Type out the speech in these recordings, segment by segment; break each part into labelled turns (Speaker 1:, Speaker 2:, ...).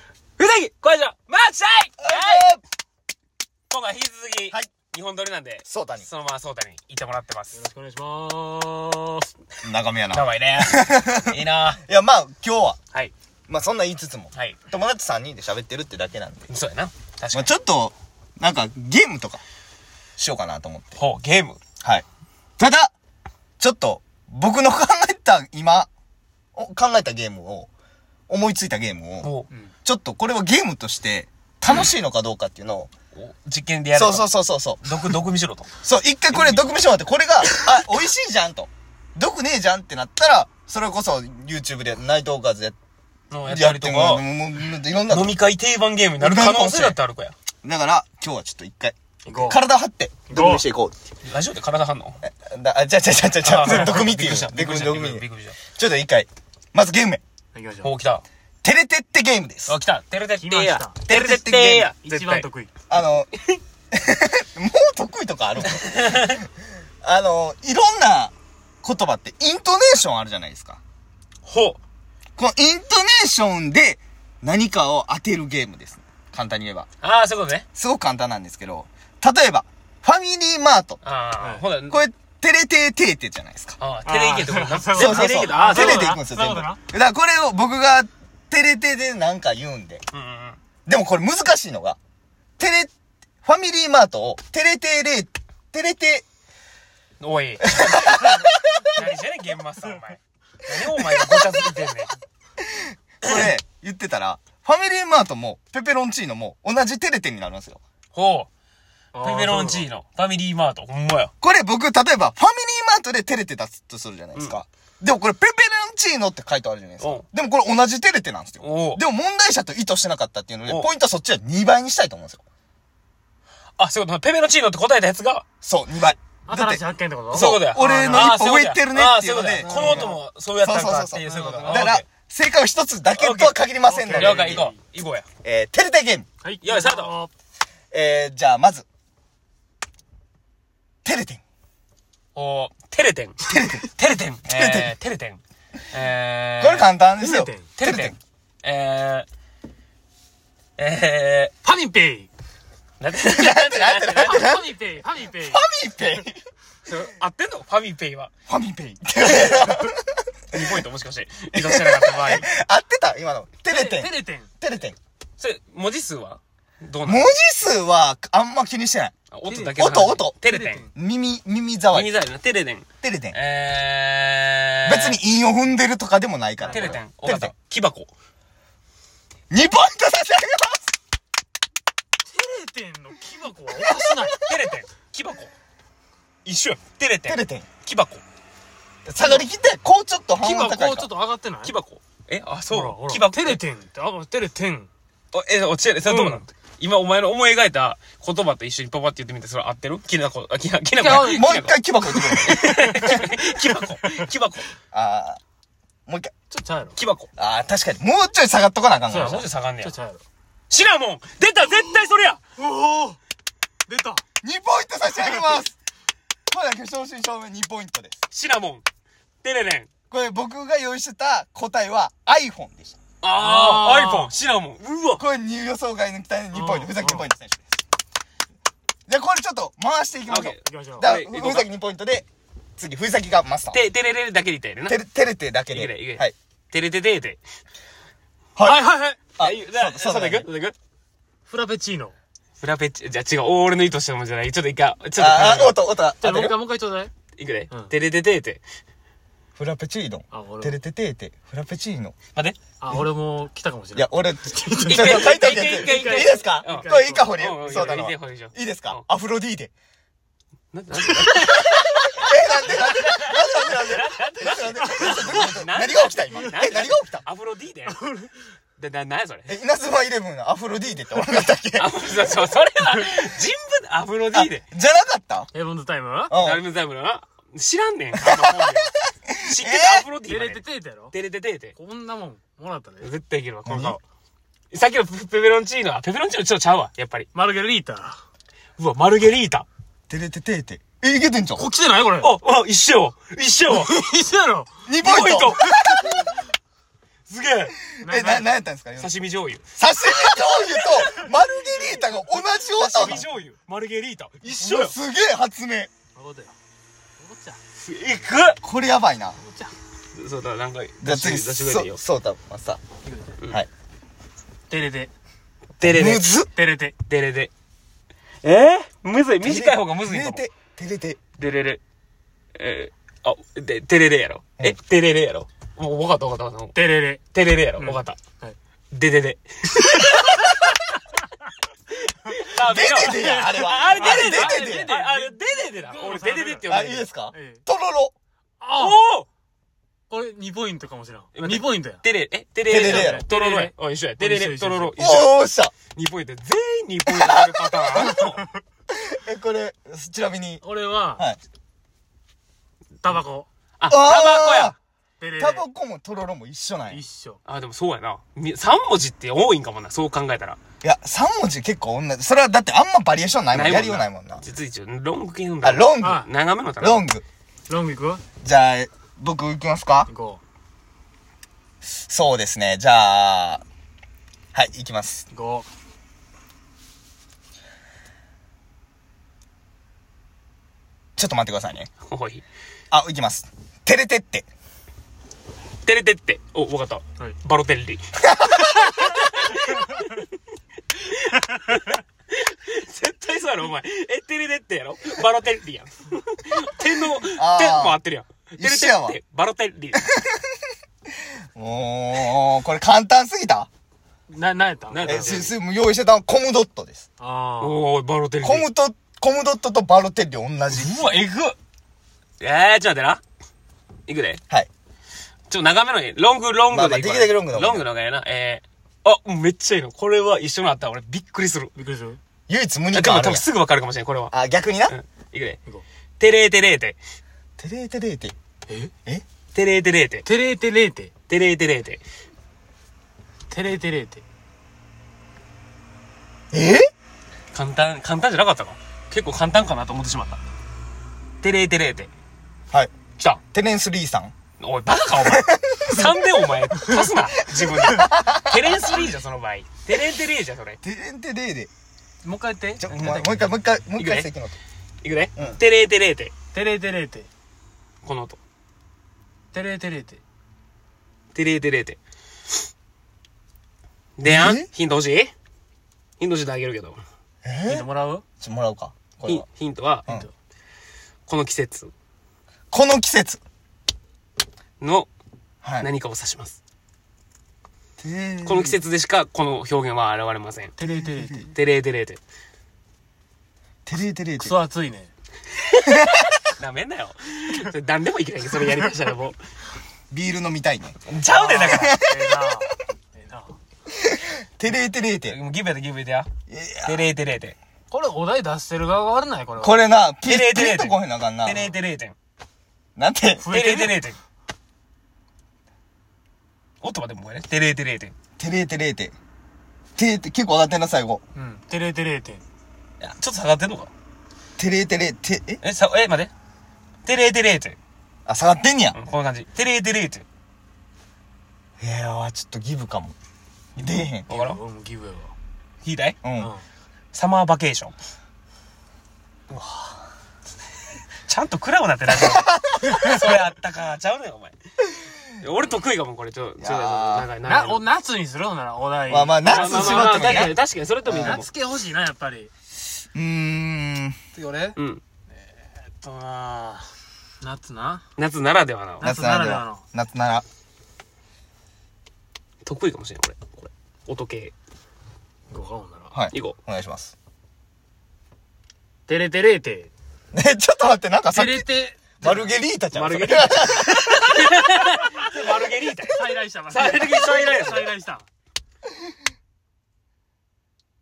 Speaker 1: はい
Speaker 2: ぎ小林のマークシャイ
Speaker 3: 今回引き続き、
Speaker 1: はい
Speaker 3: 日本撮りなんで、
Speaker 1: そうだに。
Speaker 3: そのままソータに行ってもらってます
Speaker 2: よ。ろしくお願いします。
Speaker 1: 長めやな。
Speaker 3: や
Speaker 1: い
Speaker 3: ばい ね。いいな
Speaker 1: や、まあ、今日は、
Speaker 3: はい。
Speaker 1: まあそんな言いつつも、
Speaker 3: はい。
Speaker 1: 友達3人で喋ってるってだけなんで。
Speaker 3: そうやな。確か
Speaker 1: まあ
Speaker 3: に。
Speaker 1: ちょっと、なんか、ゲームとか、しようかなと思って。
Speaker 3: ほう、ゲーム。
Speaker 1: はい。ただ、ちょっと、僕の考えた、今、お考えたゲームを、思いついたゲームを、
Speaker 3: ほう。
Speaker 1: ちょっとこれはゲームとして、楽しいのかどうかっていうのを、
Speaker 3: お実験でやる
Speaker 1: そ
Speaker 3: と。
Speaker 1: うそ
Speaker 3: そ
Speaker 1: うそうそうそう。
Speaker 3: う。毒、毒見しろと。
Speaker 1: そう、一回これ毒見してもらって、これが、あ、美味しいじゃんと。毒ねえじゃんってなったら、それこそ YouTube で内藤カズや
Speaker 3: の
Speaker 1: や
Speaker 3: や
Speaker 1: っ
Speaker 3: ってて
Speaker 1: もらう、
Speaker 3: も、
Speaker 1: もうもういろんな。
Speaker 3: 飲み会定番ゲームになる可能性だってある子や。
Speaker 1: だから、今日はちょっと一回、
Speaker 2: 行こ
Speaker 1: 体張って、毒見していこう。
Speaker 3: ラジオで体張んの
Speaker 1: えだあ、ちゃちゃちゃちゃちゃ、毒見ってい
Speaker 3: びっく
Speaker 1: う
Speaker 3: りした。
Speaker 1: の。
Speaker 3: びっくりした。
Speaker 1: 毒
Speaker 3: びっ
Speaker 1: 見
Speaker 3: くりしたびっくりし。
Speaker 1: ちょっと一回、まずゲームへ。
Speaker 2: う。行きましたょ
Speaker 3: ほう、来た。
Speaker 1: テレテってゲームです
Speaker 3: あ、。来た。てるてってーや。
Speaker 2: 来
Speaker 3: てるてってーや。
Speaker 2: う。一番得意。
Speaker 1: あの、 もう得意とかあるの あの、いろんな言葉ってイントネーションあるじゃないですか。
Speaker 3: ほう。
Speaker 1: このイントネーションで何かを当てるゲームです。簡単に言えば。
Speaker 3: ああ、そういうことね。
Speaker 1: すごく簡単なんですけど、例えば、ファミリーマート。
Speaker 3: あ
Speaker 2: はい
Speaker 3: あ、ほら、
Speaker 1: これ、テレテーテーテじゃないですか。
Speaker 3: ああ、手でいけってことな。
Speaker 2: あー
Speaker 1: そうそう
Speaker 3: 手で
Speaker 1: そ。
Speaker 3: いうけ
Speaker 1: テ
Speaker 3: とああ、そう
Speaker 2: い
Speaker 3: いうこ
Speaker 1: レ
Speaker 3: と
Speaker 1: テい
Speaker 3: な
Speaker 1: くんですよ、
Speaker 2: そうい
Speaker 1: 全
Speaker 2: う
Speaker 1: 部。
Speaker 2: こと
Speaker 1: だか
Speaker 2: な
Speaker 1: らこれを僕がテレテでなんか言うんで。
Speaker 3: うんうんうん。
Speaker 1: でもこれ難しいのが、テレ、ファミリーマートをテレテレ、テレテ、
Speaker 3: おい。何してんねん、ゲームマスター、お前。何お前がごちゃついてんねん。
Speaker 1: これ言ってたら、ファミリーマートもペペロンチーノも同じテレテになるんですよ。
Speaker 3: ほう。
Speaker 2: あー
Speaker 3: ペペロンチーノ、ファミリーマート、ほんまや。
Speaker 1: これ僕、例えば、ファミリーマートでテレテ出すとするじゃないですか。でもこれ、ペペロンチーノって書いてあるじゃないです
Speaker 3: お
Speaker 1: か
Speaker 3: う。
Speaker 1: でもこれ同じテレテなんですよ。
Speaker 3: おう
Speaker 1: でも問題者と意図してなかったっていうので、
Speaker 3: おう
Speaker 1: ポイントはそっちは2倍にしたいと思うんですよ。
Speaker 3: あ、そういうことなペペロンチーノって答えたやつが、
Speaker 1: そう、2倍。
Speaker 2: 新しい発見ってこと
Speaker 3: そういうことや。
Speaker 1: 俺の一歩上行ってるねっていうので
Speaker 3: あーそういうことやこの音もそうやったんかっていう、そ
Speaker 2: そうう
Speaker 3: いう
Speaker 2: そうそ
Speaker 3: こ
Speaker 2: う
Speaker 3: と
Speaker 1: だ
Speaker 3: な
Speaker 1: か
Speaker 3: オ
Speaker 1: ら
Speaker 3: ッケ、
Speaker 1: 正解は1つだけとは限りませんの
Speaker 3: ー
Speaker 1: で。
Speaker 3: 了解、行こう。行こうや。
Speaker 1: えー、テレテゲーム。
Speaker 2: はい。
Speaker 3: よいスタート。
Speaker 1: えー、じゃあまず、テレテン。
Speaker 3: おテレテン。テレテン。えーテレテン。えー
Speaker 1: これ簡単ですよ。
Speaker 2: テレテン
Speaker 3: テレテン。えー、え
Speaker 2: ファミペイ
Speaker 3: ー、なんて、なんて、なんて、なんて、
Speaker 2: ファミペイファミペイフ
Speaker 1: ファミペイ
Speaker 3: 合ってんのファミペイは。
Speaker 1: ファミペイ。
Speaker 3: 2ポイントもしかして、移動してなかった場合。
Speaker 1: 合ってた今の。テレテン。
Speaker 2: テレテン。
Speaker 1: テレテン。
Speaker 3: それ、文字数はどうな
Speaker 1: 文
Speaker 3: の
Speaker 1: 字数はあんま気にしてない。
Speaker 3: あ音だけの話
Speaker 1: 音音
Speaker 3: テレテン。
Speaker 1: 耳、耳障
Speaker 3: 耳
Speaker 1: り。
Speaker 3: 障りな、テレテン。
Speaker 1: テレテン。
Speaker 3: えー、
Speaker 1: 別に。韻を踏んでるとかでもないから。
Speaker 3: テレテン。
Speaker 1: テレテン。
Speaker 3: 木箱。
Speaker 1: 2ポイント差し上げます
Speaker 2: テレテンの木箱はおかしない。
Speaker 3: テレテン。木箱。一緒やん。テレテ
Speaker 1: テレ
Speaker 3: ン。
Speaker 1: テン。
Speaker 3: 木箱。
Speaker 1: 下がりきって、こうちょっと半
Speaker 2: 木
Speaker 1: 音高
Speaker 2: 箱
Speaker 1: い
Speaker 2: ちょっ
Speaker 1: か。
Speaker 2: と上がってない
Speaker 3: 木箱。えあ、
Speaker 2: ほら
Speaker 3: そう。
Speaker 2: ほ
Speaker 3: 木
Speaker 2: ら。
Speaker 3: 箱。
Speaker 2: テレテンって、あ、テレテン。
Speaker 3: おえ、落ちてる。それどうな
Speaker 2: う
Speaker 3: の
Speaker 2: ん
Speaker 3: 今、お前の思い描いた言葉と一緒にパパって言ってみて、それ合ってるきなこ、あ、きな、きなこ。
Speaker 2: いや
Speaker 1: もう一回木箱言ってくれ。
Speaker 3: 木箱。木箱。
Speaker 1: あー、もう一回。
Speaker 2: ちょっとちゃうやろ。
Speaker 3: 木箱。
Speaker 1: あー、確かに。もうちょい下がっとかなあかんか
Speaker 2: そう
Speaker 3: あ
Speaker 2: や
Speaker 3: も
Speaker 1: ら
Speaker 3: うちょい下がんね
Speaker 2: ちょ
Speaker 3: や
Speaker 2: っと。ちゃうやろ。
Speaker 3: シナモン出た絶対それや
Speaker 2: おお出た
Speaker 1: 2ポイント差し上げますこれだけ正真正銘2ポイントです。
Speaker 3: シナモン。テレレン。
Speaker 1: これ僕が用意してた答えは iPhone でした。
Speaker 3: あ
Speaker 2: あー
Speaker 3: ー、iPhone。シナモン。うわ。
Speaker 1: これ入予想外の期待の2ポイン
Speaker 2: う
Speaker 1: ト。
Speaker 2: ん
Speaker 1: ふざけ2ポイント選手です。じゃあこれちょっと回していきましょう。
Speaker 2: 行きましょう。
Speaker 1: だ
Speaker 3: は
Speaker 1: か
Speaker 3: い
Speaker 1: ら、ふざき2ポイントで、次、ふざきがマスター。
Speaker 3: て、テレレレだけでいたよねな。
Speaker 1: テレ、テレテだけ
Speaker 3: いけないいけな
Speaker 1: で。
Speaker 3: い
Speaker 1: はい。
Speaker 3: テレテテーテ。
Speaker 1: はい
Speaker 3: はいはい。
Speaker 1: あ
Speaker 3: いいだ
Speaker 1: そう
Speaker 3: そうだ
Speaker 1: そうだ
Speaker 3: いくそうだいく
Speaker 2: フラペチーノ。
Speaker 3: フラペチ、じゃあ違う、俺の意図したもんじゃない。ちょっと一回、ちょっと。
Speaker 1: あ、あ、音、音、あ
Speaker 2: じゃあも
Speaker 1: 出る
Speaker 2: う一回、もう一回ちょうだい。
Speaker 3: いくで
Speaker 2: うん。
Speaker 3: テレテテーテ。
Speaker 1: フラペチーノ
Speaker 2: あ俺も。
Speaker 1: テレテテーテ。フラペチーノ。
Speaker 3: 待って。
Speaker 2: あ、俺も来たかもしれ
Speaker 1: い
Speaker 2: ない
Speaker 1: や。、俺、ちょっと書い
Speaker 3: 回
Speaker 1: ておいて。
Speaker 3: 一回
Speaker 1: いい
Speaker 3: 一回
Speaker 1: ですか
Speaker 3: うん
Speaker 1: これいいか、堀
Speaker 3: うんうん
Speaker 1: そうだ
Speaker 3: い
Speaker 1: ない
Speaker 3: ね。堀井ちゃん
Speaker 1: いいです
Speaker 3: うん
Speaker 1: かアフロディーデ。
Speaker 3: な、な、
Speaker 1: え、なんで、なんで、なんで、なんで、なんで、
Speaker 3: な
Speaker 1: 何が起きた今。え、何が起きた
Speaker 3: アフロディーデで、な、なやそれ。
Speaker 1: え、稲妻イレブンのアフロディーデって俺だっ たっけ
Speaker 3: アフロ、そうそれは、人物、アフロディーデ。
Speaker 1: じゃなかった
Speaker 2: ヘブンズタイム
Speaker 1: うん
Speaker 3: ダルムザイムのな。知らんねん。あの本 名知ってたアフロディ
Speaker 2: テ
Speaker 3: ー
Speaker 2: レテ
Speaker 3: デ。
Speaker 2: テーテやろ
Speaker 3: テレテテーテ。
Speaker 2: こんなもん、もらったね。
Speaker 3: 絶対いけるわ、この
Speaker 1: 何
Speaker 3: 顔。さっきのペペペロンチーノは、ペペロンチーノちょっとちゃうわ、やっぱり。
Speaker 2: マルゲリータ。
Speaker 3: うわ、マルゲリータ。
Speaker 1: テレテテーテ。え、いけてんじゃん。
Speaker 2: こっちじゃないこれ。
Speaker 3: あ、あ、一緒一緒
Speaker 2: 一緒やろ
Speaker 1: 2ポイント
Speaker 3: すげえ
Speaker 1: え、な、なんやったんですか刺身
Speaker 3: 刺身 醤油
Speaker 1: 醤油とマルゲリータが同じ音
Speaker 3: 刺身
Speaker 1: なの
Speaker 3: 醤油マルゲリータ一
Speaker 1: うわすげえ発明
Speaker 2: そういうことよそういうことや
Speaker 3: いく
Speaker 1: これやばいな。
Speaker 2: そういうことや
Speaker 3: そうだなんか
Speaker 1: じゃ
Speaker 3: 出
Speaker 1: あ
Speaker 3: し
Speaker 1: 次、
Speaker 3: 出してくれていい
Speaker 1: そ
Speaker 3: よ
Speaker 1: そうだ、まさ。はい。
Speaker 2: テレテ
Speaker 3: デレデ
Speaker 1: むずっ
Speaker 2: テレテ
Speaker 3: デレデえー、むずい短い方がむずいか
Speaker 1: 照
Speaker 3: も
Speaker 1: れて、照れて。
Speaker 3: デレレえー、あでデレレやろえデレレやろもう分かった分かった分かった
Speaker 2: テレレ
Speaker 3: デレレやろ
Speaker 2: ん
Speaker 3: 分かった
Speaker 2: はい
Speaker 3: デデデあ
Speaker 1: デデデ やあれは
Speaker 3: ああれデデデ
Speaker 1: あれデデ
Speaker 2: デ
Speaker 3: ああれデデデだ俺デデデって呼ん
Speaker 1: あ、
Speaker 3: だ
Speaker 1: いいですか
Speaker 2: ええ
Speaker 1: とろろ。
Speaker 2: ああ
Speaker 3: おお
Speaker 2: これ2ポイントかもしれん
Speaker 3: え待って
Speaker 2: 2ポイントや
Speaker 3: デレえデレ
Speaker 1: デレレや
Speaker 3: レ
Speaker 1: ろ
Speaker 3: とろろやお一緒やデレ
Speaker 2: 一緒
Speaker 3: レ
Speaker 2: 一
Speaker 3: と
Speaker 2: 緒
Speaker 3: ろろ一緒や
Speaker 1: おー、おっしゃ。
Speaker 3: 2ポイント全員2ポイントあるパターンあるの
Speaker 1: え、これ、ちなみに。
Speaker 2: 俺は
Speaker 1: はい。
Speaker 2: タバコ
Speaker 3: あ、タバコや。
Speaker 2: テレレ
Speaker 1: タバコもとろろも一緒なんや。い
Speaker 2: 一緒
Speaker 3: あ、でもそうやな。3文字って多いんかもな、そう考えたら。
Speaker 1: や、三文字結構同じ。それはだってあんまバリエーションないもん。やりようないもんな。
Speaker 3: 実は一応、ロング系の
Speaker 1: あ、ロング。
Speaker 2: あ
Speaker 3: 長めのだな
Speaker 1: ロング。
Speaker 2: ロング行く
Speaker 1: じゃあ、僕行きますか
Speaker 2: 行こ
Speaker 1: そうですね。じゃあ、はい、行きます。
Speaker 2: う行こ
Speaker 1: ちょっと待ってくださいね。
Speaker 3: おい。
Speaker 1: あ、行きます。テレテって。
Speaker 3: テレテって。お、わかった。
Speaker 2: うはい
Speaker 3: バロテッリ。 絶対そうやろ、お前。え、テレテってやろバロテッリやん。天の、天
Speaker 1: あー
Speaker 3: も合ってるやん。テレ
Speaker 1: 一緒
Speaker 3: テ
Speaker 1: やわ
Speaker 3: って、バロテッリ。
Speaker 1: おー、これ簡単すぎた
Speaker 2: な、なんやった
Speaker 3: なんやった
Speaker 1: え、す、す、用意してたのコムドットです。
Speaker 2: ああ。
Speaker 3: おー、バロテッリ。
Speaker 1: コムと、コムドットとバロテッリ同じ。
Speaker 3: うわ、えぐっえー、ちょっと待ってな。いくで。
Speaker 1: はい。
Speaker 3: ちょ、長めのね、ロング、ロングでいくわ
Speaker 1: まあまあできるだけロングの方が
Speaker 3: ロングの方がええな。えー、あ、めっちゃいいの。これは一緒になったら俺びっくりする。
Speaker 2: びっくりする
Speaker 1: 唯一無
Speaker 3: あ
Speaker 1: 二
Speaker 3: で
Speaker 1: 感
Speaker 3: も
Speaker 1: ある
Speaker 3: 多
Speaker 1: や
Speaker 3: 分
Speaker 1: ん
Speaker 3: すぐわかるかもしれん、これは。
Speaker 1: あ、逆にな
Speaker 3: うん。い。くで。
Speaker 2: 行こ
Speaker 3: テレーテレーテ。
Speaker 1: テレテレテ。
Speaker 2: う。え
Speaker 1: え
Speaker 3: テレーテレーテ。
Speaker 2: テレテレーテ。
Speaker 3: テレーテレーテ。
Speaker 2: テレテレーテ。
Speaker 1: え
Speaker 3: 簡単、簡単じゃなかったか結構簡単かなと思ってしまった。テレーテレーテ。
Speaker 1: はい。
Speaker 3: 来た。
Speaker 1: テレンス・リーさん。
Speaker 3: おい、バカか、 お前。3でお前、足すな、自分で。テレンスリーじゃ、その場合。テレーテレーじゃ、それ。
Speaker 1: テレンテレーで。
Speaker 2: もう一回言って。
Speaker 1: ちょ、もうもう一回、もう一回、もう
Speaker 3: い
Speaker 1: 一回
Speaker 3: くね
Speaker 1: 席の音。
Speaker 3: いくで
Speaker 1: うん。
Speaker 3: テレーテレーテ。
Speaker 2: テレテレーテ。
Speaker 3: この音。
Speaker 2: テレテレーテ。
Speaker 3: てれーてれーて。でやん
Speaker 1: え
Speaker 3: ヒント欲しいヒント教えてあげるけど。
Speaker 2: 見
Speaker 1: え
Speaker 2: てもらう
Speaker 1: ちょ、もらおうか。これ
Speaker 3: ヒ
Speaker 1: は。
Speaker 3: ヒントは、
Speaker 1: うん
Speaker 2: ト
Speaker 3: この季節
Speaker 1: この季節。
Speaker 3: の
Speaker 1: はい。
Speaker 3: 何かを指します。
Speaker 1: テレ
Speaker 3: この季節でしかこの表現は現れません。
Speaker 2: テレテレーテ。
Speaker 3: てれーてれーて。
Speaker 1: テレテレ
Speaker 2: ク
Speaker 1: テ。
Speaker 2: ソ暑い ね。
Speaker 3: なめんなよ。それ何でもいけないそれやりましたらも
Speaker 1: ビール飲みたいね。
Speaker 3: う。 ちゃうで、だから。
Speaker 2: ええなええな
Speaker 1: テレテレテ。
Speaker 3: もうギブやでギブやでや。
Speaker 1: いや
Speaker 3: てれーてれーて。
Speaker 2: これお題出してる側が悪ないこれは。
Speaker 1: これな、ピ
Speaker 3: テレ
Speaker 1: ン
Speaker 3: テレ
Speaker 1: ピン
Speaker 3: テ
Speaker 1: とこへんなあかんな
Speaker 3: て。れーてれーて。
Speaker 1: なんて、
Speaker 2: 増
Speaker 3: て
Speaker 2: え
Speaker 3: れ
Speaker 2: て
Speaker 3: ー
Speaker 2: る
Speaker 3: てれーて。音までもうやね。てれーてれーて。
Speaker 1: テレテレテ。テレテ、結構上がってんな、最後。
Speaker 2: うん。テレテレーテ。
Speaker 3: いやちょっと下がってんのか
Speaker 1: テレテレテ、え
Speaker 3: え、さ、え、待って。てれーてれーて。
Speaker 1: あ、下がってんねや。
Speaker 3: うんこんな感じ。てれーてれーて。
Speaker 1: いやー、ちょっとギブかも。出えへん。
Speaker 3: わからん
Speaker 2: 俺もギブやわ。
Speaker 3: 聞いたい
Speaker 1: うん。
Speaker 3: サマーバケーション。うわちゃんと暗くなってないそれあったか。ちゃうねん、お前。俺得意かも、これ。ちょ、ちょ、
Speaker 1: いやー
Speaker 3: 長い、
Speaker 2: うん。
Speaker 3: 長い
Speaker 2: な、。お、夏にするほんなら、お題。
Speaker 1: まあまあ、
Speaker 3: まあ
Speaker 1: 夏
Speaker 3: まあ
Speaker 1: し
Speaker 3: まあ
Speaker 1: まっ
Speaker 3: 確か
Speaker 1: ても
Speaker 3: に、
Speaker 1: ね。
Speaker 3: 確かに、それともいいかも。
Speaker 2: 夏系欲しいな、やっぱり。
Speaker 1: うーん。
Speaker 2: 次俺
Speaker 3: うん。
Speaker 2: えっとな夏な。
Speaker 3: 夏ならではな。
Speaker 2: 夏ならではの
Speaker 1: 夏なら。
Speaker 3: 得意かもしれん、これ。これ。音系。
Speaker 2: ごかもなら。
Speaker 1: はい。
Speaker 3: 行こ
Speaker 1: お願いします。
Speaker 2: テレテレーテ。
Speaker 1: ね、ちょっと待って、なんかさっ
Speaker 2: テ
Speaker 1: き、
Speaker 2: レテ。
Speaker 1: マルゲリータちゃん。
Speaker 3: マルゲリ
Speaker 1: ータ。
Speaker 3: う。マルゲリータや。
Speaker 2: 再来した。
Speaker 3: 最終的に最大や
Speaker 2: 再来した。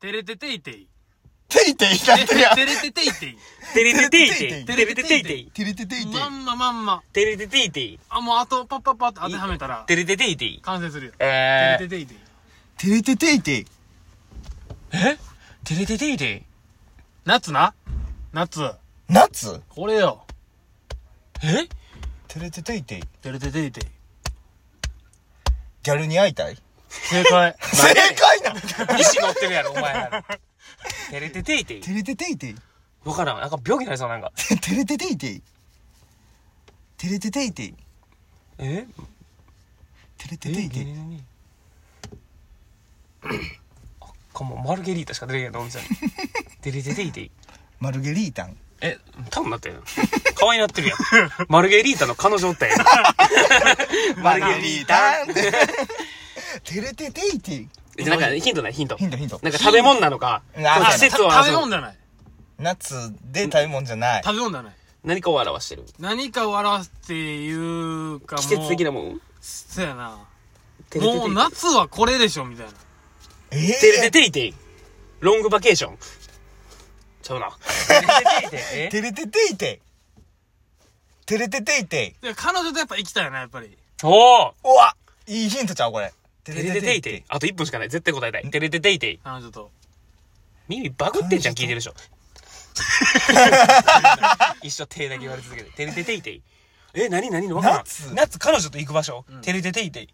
Speaker 2: テレテテイテイ。
Speaker 1: テイテイなってるやん。
Speaker 2: テレテテイテイ。
Speaker 3: てれてていてい。
Speaker 1: て
Speaker 3: て
Speaker 2: れ
Speaker 3: れて
Speaker 2: てて
Speaker 3: て
Speaker 2: い
Speaker 3: い
Speaker 2: て
Speaker 3: て
Speaker 2: い
Speaker 3: い。
Speaker 1: テレテテイテイ。
Speaker 2: まんままんま。
Speaker 3: てれてていてい。
Speaker 2: あ、もうあとパッパッパって当てはめたら、
Speaker 3: てれてていてい。
Speaker 2: 完成するよ。
Speaker 3: え
Speaker 2: テレテテイテイ。
Speaker 1: テレテテイテイ。
Speaker 3: ー。えてれてていてい。
Speaker 2: 夏な夏。
Speaker 1: 夏
Speaker 2: これよ。
Speaker 3: え
Speaker 1: テレテテイテイ。
Speaker 2: テレテテイテイ。
Speaker 1: ギャルに会いたい
Speaker 2: 正解。
Speaker 1: 正解な
Speaker 3: 石乗ってるやろ、お前ら。照れてていてい。
Speaker 1: テレテテイテイ
Speaker 3: わからん。なんか病気になりそう、なんか。
Speaker 1: てテレテテイテイテレテテイテイ
Speaker 3: え
Speaker 1: テレ
Speaker 3: え
Speaker 1: テテイテイ
Speaker 3: 何あかも、マルゲリータしか出てけんの、お店に。てれてていてい。
Speaker 1: マルゲリータン
Speaker 3: え、多分だって、可愛いなってる やん。マルゲリータの彼女 って。マルゲリータ
Speaker 1: ンテレテテイテイ
Speaker 3: えなんか、ヒントない、ヒント。
Speaker 1: ヒントヒント
Speaker 3: なんか食べ物なのか、
Speaker 1: うんあ
Speaker 3: こう季節を
Speaker 2: 食
Speaker 3: 表
Speaker 2: べ物
Speaker 3: す。
Speaker 2: じゃない。
Speaker 1: 夏で食べ物じゃない
Speaker 2: 食べ物じゃない。
Speaker 3: 何かを表してる。
Speaker 2: 何かを表すっていうかもう。
Speaker 3: 季節的なもん。
Speaker 2: そうやな。
Speaker 3: てれててい
Speaker 2: もう夏はこれでしょ、みたいな。
Speaker 1: え
Speaker 3: てれて
Speaker 1: ー
Speaker 3: ていてい。ロングバケーション。ち ゃうな。てれてていてい。え
Speaker 1: テレテテイテイテレテテイテイ
Speaker 2: で彼女とやっぱ行きたいよな、やっぱり。
Speaker 3: おー
Speaker 1: うわいいヒントちゃうこれテ
Speaker 3: てれてていてい。あと1分しかない。絶対答えたい。てれてていてい。
Speaker 2: 彼女と。
Speaker 3: 耳バグってんじゃん、聞いてるでしょ。一生手だけ言われ続けて。てれてていてい。え、何何のわからん
Speaker 1: 夏
Speaker 3: 夏、彼女と行く場所。てれてていてい。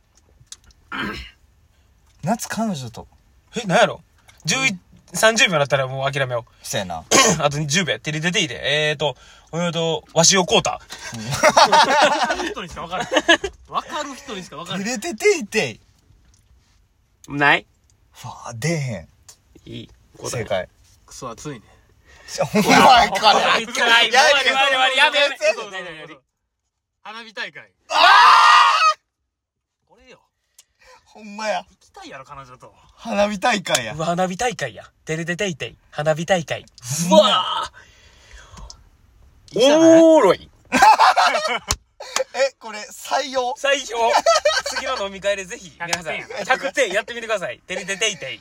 Speaker 1: 夏彼女と
Speaker 3: え、何やろ ?11、30秒だったらもう諦めよう。
Speaker 1: そやな
Speaker 3: あと10秒。てれてていて。えーと、えーと、わしおこうた。
Speaker 2: 分かる人にしか分からない。 分かる人にしか分から
Speaker 1: テ
Speaker 2: な
Speaker 1: レ
Speaker 2: い。
Speaker 1: テテイテイ
Speaker 3: ない
Speaker 1: ふわ出えへん
Speaker 3: いい。
Speaker 1: 正。解
Speaker 2: クソ暑いね。
Speaker 1: お前か
Speaker 3: あ
Speaker 1: ら
Speaker 3: いつらいい。
Speaker 1: や
Speaker 3: 終わり終わり終わり。やめやめ。
Speaker 1: 全
Speaker 2: そうそうそうそう花火大会。これよ。
Speaker 1: ほんまや
Speaker 2: 行きたいやろ、彼女と。
Speaker 1: 花火大会や
Speaker 3: うわ花火大会や。てれてていてい。花火大会。う
Speaker 1: う
Speaker 3: わ
Speaker 2: いいじゃない
Speaker 3: おもろい。
Speaker 1: えこれ採用
Speaker 3: 最評次の飲み会でぜひ皆さん
Speaker 2: 100
Speaker 3: 100点やってみてください。てりてていてい。